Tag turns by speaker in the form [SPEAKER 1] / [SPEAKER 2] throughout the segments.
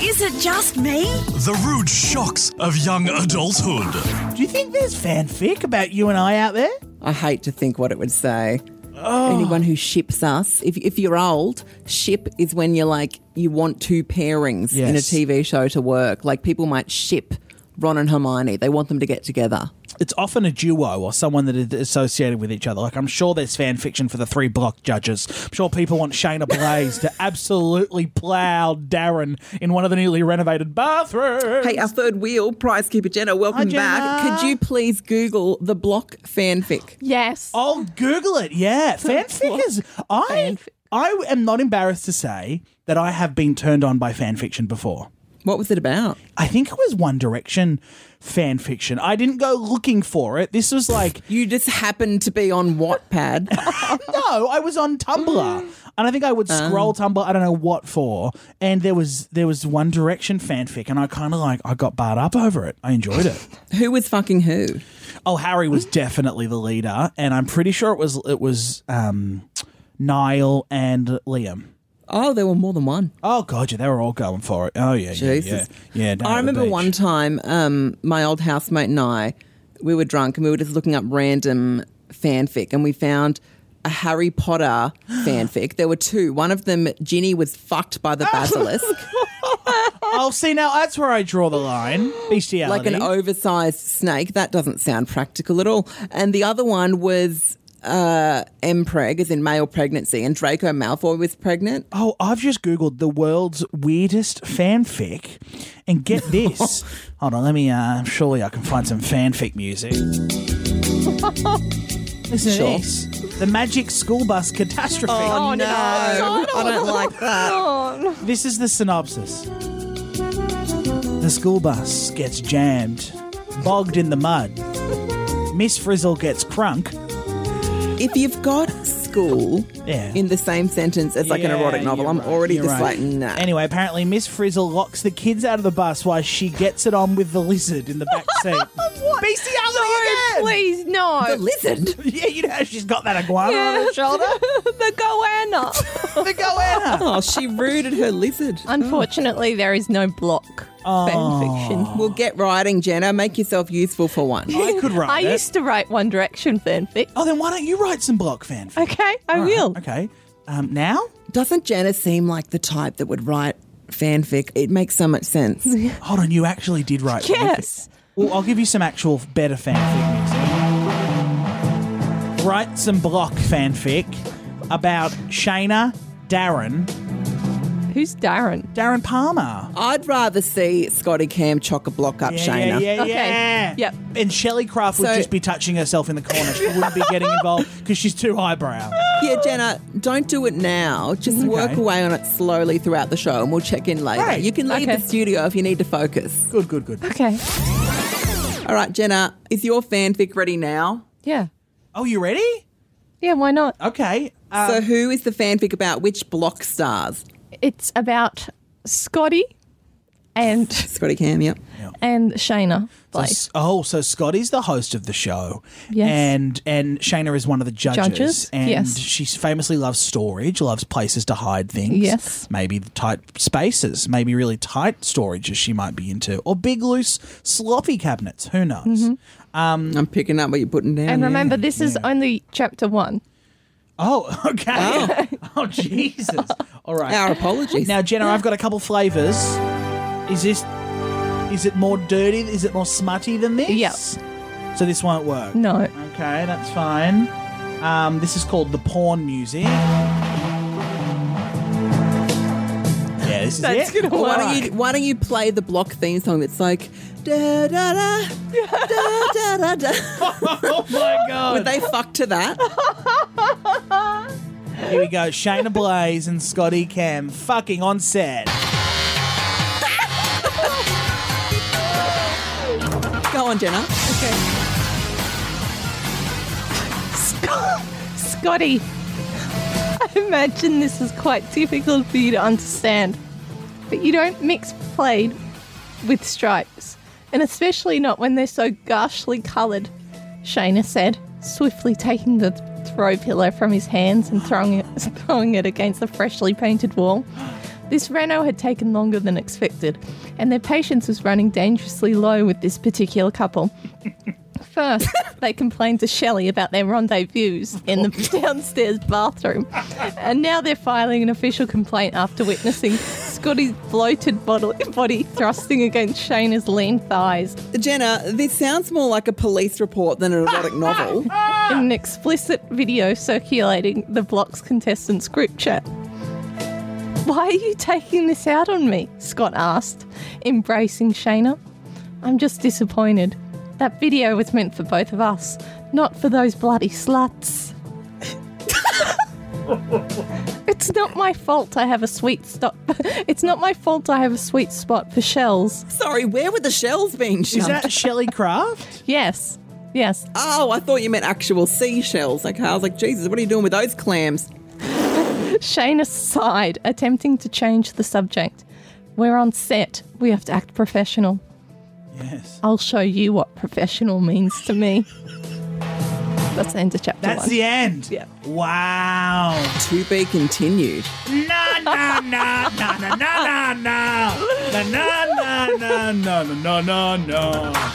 [SPEAKER 1] Is it just me?
[SPEAKER 2] The rude shocks of young adulthood.
[SPEAKER 3] Do you think there's fanfic about you and I out there?
[SPEAKER 4] I hate to think what it would say.
[SPEAKER 3] Oh.
[SPEAKER 4] Anyone who ships us, if, if you're old, ship is when you're like, you want two pairings in a
[SPEAKER 3] Yes.
[SPEAKER 4] TV show to work. Like people might ship Ron and Hermione, they want them to get together.
[SPEAKER 3] It's often a duo or someone that is associated with each other. Like, I'm sure there's fan fiction for the three block judges. I'm sure people want Shayna Blaze to absolutely plow Darren in one of the newly renovated bathrooms.
[SPEAKER 4] Hey, our third wheel, Prizekeeper Jenna, welcome
[SPEAKER 3] Hi,
[SPEAKER 4] back.
[SPEAKER 3] Jenna.
[SPEAKER 4] Could you please Google the block fanfic?
[SPEAKER 5] Yes.
[SPEAKER 3] I'll Google it. Yeah, fanfic is. I
[SPEAKER 5] Fanfic.
[SPEAKER 3] I am not embarrassed to say that I have been turned on by fanfiction before.
[SPEAKER 4] What was it about?
[SPEAKER 3] I think it was One Direction fan fiction. I didn't go looking for it. This was like
[SPEAKER 4] You just happened to be on Wattpad.
[SPEAKER 3] no, I was on
[SPEAKER 4] Mm.
[SPEAKER 3] Tumblr, and I think I would scroll
[SPEAKER 4] Uh-huh.
[SPEAKER 3] Tumblr. I don't know what for, and there was there was One Direction fanfic, and I kind of like I got barred up over it. I enjoyed it.
[SPEAKER 4] who was fucking who?
[SPEAKER 3] Oh, Harry was definitely the leader, and I'm pretty sure it was it was um, Niall and Liam.
[SPEAKER 4] Oh, there were more than one.
[SPEAKER 3] Oh god, yeah, they were all going for it. Oh yeah,
[SPEAKER 4] Jesus.
[SPEAKER 3] yeah, yeah. yeah down at
[SPEAKER 4] I
[SPEAKER 3] the
[SPEAKER 4] remember
[SPEAKER 3] beach.
[SPEAKER 4] one time, um, my old housemate and I, we were drunk and we were just looking up random fanfic and we found a Harry Potter fanfic. There were two. One of them, Ginny was fucked by the basilisk,
[SPEAKER 3] Oh, see now that's where I draw the line. Bestiality.
[SPEAKER 4] like an oversized snake. That doesn't sound practical at all. And the other one was uh, Mpreg, as in male pregnancy, and Draco Malfoy was pregnant.
[SPEAKER 3] Oh, I've just googled the world's weirdest fanfic, and get this. Hold on, let me. Uh, surely I can find some fanfic music. Listen
[SPEAKER 4] Sure.
[SPEAKER 3] to this: the magic school bus catastrophe.
[SPEAKER 5] Oh, no.
[SPEAKER 4] I don't like that.
[SPEAKER 3] This is the synopsis. The school bus gets jammed, bogged in the mud. Miss Frizzle gets crunk.
[SPEAKER 4] if you've got school
[SPEAKER 3] Yeah.
[SPEAKER 4] in the same sentence as like an
[SPEAKER 3] Yeah,
[SPEAKER 4] erotic novel,
[SPEAKER 3] you're
[SPEAKER 4] I'm
[SPEAKER 3] right,
[SPEAKER 4] already
[SPEAKER 3] you're
[SPEAKER 4] just
[SPEAKER 3] right.
[SPEAKER 4] like, nah.
[SPEAKER 3] Anyway, apparently Miss Frizzle locks the kids out of the bus while she gets it on with the lizard in the back seat. Bestiality again!
[SPEAKER 5] Please, no.
[SPEAKER 4] the lizard.
[SPEAKER 3] Yeah, you know how she's got that iguana on her shoulder.
[SPEAKER 5] the goanna.
[SPEAKER 3] The goanna.
[SPEAKER 4] Oh, she rooted her lizard.
[SPEAKER 5] Unfortunately, there is no block
[SPEAKER 3] Oh.
[SPEAKER 5] fan fiction.
[SPEAKER 4] Well, get writing, Jenna. Make yourself useful for once.
[SPEAKER 3] I could write
[SPEAKER 5] I
[SPEAKER 3] it.
[SPEAKER 5] used to write One Direction fanfic.
[SPEAKER 3] Oh, then why don't you write some block fanfic?
[SPEAKER 5] Okay, I will.
[SPEAKER 3] Okay. Um, now?
[SPEAKER 4] Doesn't Jenna seem like the type that would write fanfic? It makes so much sense.
[SPEAKER 3] Hold on, you actually did write
[SPEAKER 5] Yes.
[SPEAKER 3] fanfic. Well, I'll give you some actual better fanfic next time. Write some block fanfic about Shayna, Darren,
[SPEAKER 5] Who's Darren?
[SPEAKER 3] Darren Palmer.
[SPEAKER 4] I'd rather see Scotty Cam chock a block up
[SPEAKER 3] Yeah,
[SPEAKER 4] Shana.
[SPEAKER 3] yeah, yeah.
[SPEAKER 5] Okay.
[SPEAKER 3] yeah.
[SPEAKER 5] Yep.
[SPEAKER 3] And Shelley Craft would
[SPEAKER 4] So-
[SPEAKER 3] just be touching herself in the corner. She wouldn't be getting involved because she's too highbrow.
[SPEAKER 4] Yeah, Jenna, don't do it now. Just work
[SPEAKER 3] Okay.
[SPEAKER 4] away on it slowly throughout the show and we'll check in later.
[SPEAKER 3] Right.
[SPEAKER 4] You can leave
[SPEAKER 5] Okay.
[SPEAKER 4] the studio if you need to focus.
[SPEAKER 3] Good, good, good.
[SPEAKER 5] Okay.
[SPEAKER 4] All right, Jenna, is your fanfic ready now?
[SPEAKER 5] Yeah.
[SPEAKER 3] Oh, you ready?
[SPEAKER 5] Yeah, why not?
[SPEAKER 3] Okay. Uh,
[SPEAKER 4] So, who is the fanfic about? Which block stars?
[SPEAKER 5] It's about Scotty and
[SPEAKER 4] Scotty Cam, yep.
[SPEAKER 5] and Shayna
[SPEAKER 3] so
[SPEAKER 5] Blake.
[SPEAKER 3] S- oh, so Scotty's the host of the show,
[SPEAKER 5] Yes.
[SPEAKER 3] and and Shayna is one of the judges,
[SPEAKER 5] Judges,
[SPEAKER 3] and
[SPEAKER 5] yes.
[SPEAKER 3] she famously loves storage, loves places to hide things,
[SPEAKER 5] Yes.
[SPEAKER 3] maybe the tight spaces, maybe really tight storages she might be into, or big loose sloppy cabinets. Who knows?
[SPEAKER 5] Mm-hmm.
[SPEAKER 4] I'm picking up what you're putting down.
[SPEAKER 5] and
[SPEAKER 4] yeah.
[SPEAKER 5] remember, this is only chapter one.
[SPEAKER 3] Oh, okay. Oh, Jesus. All right.
[SPEAKER 4] Our apologies.
[SPEAKER 3] Now, Jenna, I've got a couple flavors. Is this? Is it more dirty? Is it more smutty than this?
[SPEAKER 5] Yep.
[SPEAKER 3] So this won't work.
[SPEAKER 5] No.
[SPEAKER 3] Okay, that's fine. Um, this is called the porn music. Yeah, this is
[SPEAKER 5] That's
[SPEAKER 3] it.
[SPEAKER 5] gonna
[SPEAKER 4] Well, why
[SPEAKER 5] work.
[SPEAKER 4] don't you why don't you play the block theme song that's like da da da da da da da
[SPEAKER 3] oh my god!
[SPEAKER 4] Would they fuck to that?
[SPEAKER 3] Here we go. Shayna Blaze and Scotty Cam fucking on set.
[SPEAKER 4] Go on, Jenna.
[SPEAKER 5] Sc- Scotty, I imagine this is quite difficult for you to understand, but you don't mix plaid with stripes, and especially not when they're so gashly coloured, Shayna said, swiftly taking the throw pillow from his hands and throwing it, throwing it against the freshly painted wall. This reno had taken longer than expected, and their patience was running dangerously low with this particular couple. First, they complained to Shelley about their rendezvous in the downstairs bathroom, and now they're filing an official complaint after witnessing Scotty's bloated bod- body thrusting against Shayna's lean thighs
[SPEAKER 4] Jenna, this sounds more like a police report than an erotic novel.
[SPEAKER 5] in an explicit video circulating the block's contestants group chat. Why are you taking this out on me? Scott asked, embracing Shayna. I'm just disappointed. That video was meant for both of us, not for those bloody sluts. it's not my fault I have a sweet stop. It's not my fault I have a sweet spot for shells.
[SPEAKER 4] Sorry, where were the shells being
[SPEAKER 3] Is
[SPEAKER 4] shoved?
[SPEAKER 3] that Shelley Craft?
[SPEAKER 5] Yes. Yes.
[SPEAKER 4] oh, I thought you meant actual seashells. Like, I was like, Jesus, what are you doing with those clams?
[SPEAKER 5] Shayna sighed, attempting to change the subject. We're on set. We have to act professional.
[SPEAKER 3] Yes.
[SPEAKER 5] I'll show you what professional means to me. That's the end of chapter
[SPEAKER 3] That's
[SPEAKER 5] one.
[SPEAKER 3] the end.
[SPEAKER 5] Yeah.
[SPEAKER 3] Wow.
[SPEAKER 4] To be continued.
[SPEAKER 3] Na na na na na na na na na na na na na na na na.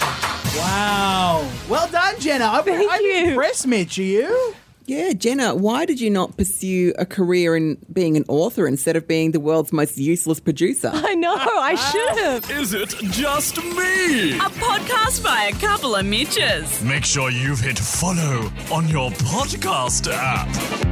[SPEAKER 3] Wow. Well done, Jenna. I'm,
[SPEAKER 5] Thank
[SPEAKER 3] I'm
[SPEAKER 5] you.
[SPEAKER 3] impressed, Mitch. Are you?
[SPEAKER 4] Yeah, Jenna, why did you not pursue a career in being an author instead of being the world's most useless producer?
[SPEAKER 5] I know,
[SPEAKER 3] Ah,
[SPEAKER 5] I should have.
[SPEAKER 2] Is it just me?
[SPEAKER 1] A podcast by a couple of Mitches.
[SPEAKER 2] Make sure you've hit follow on your podcast app.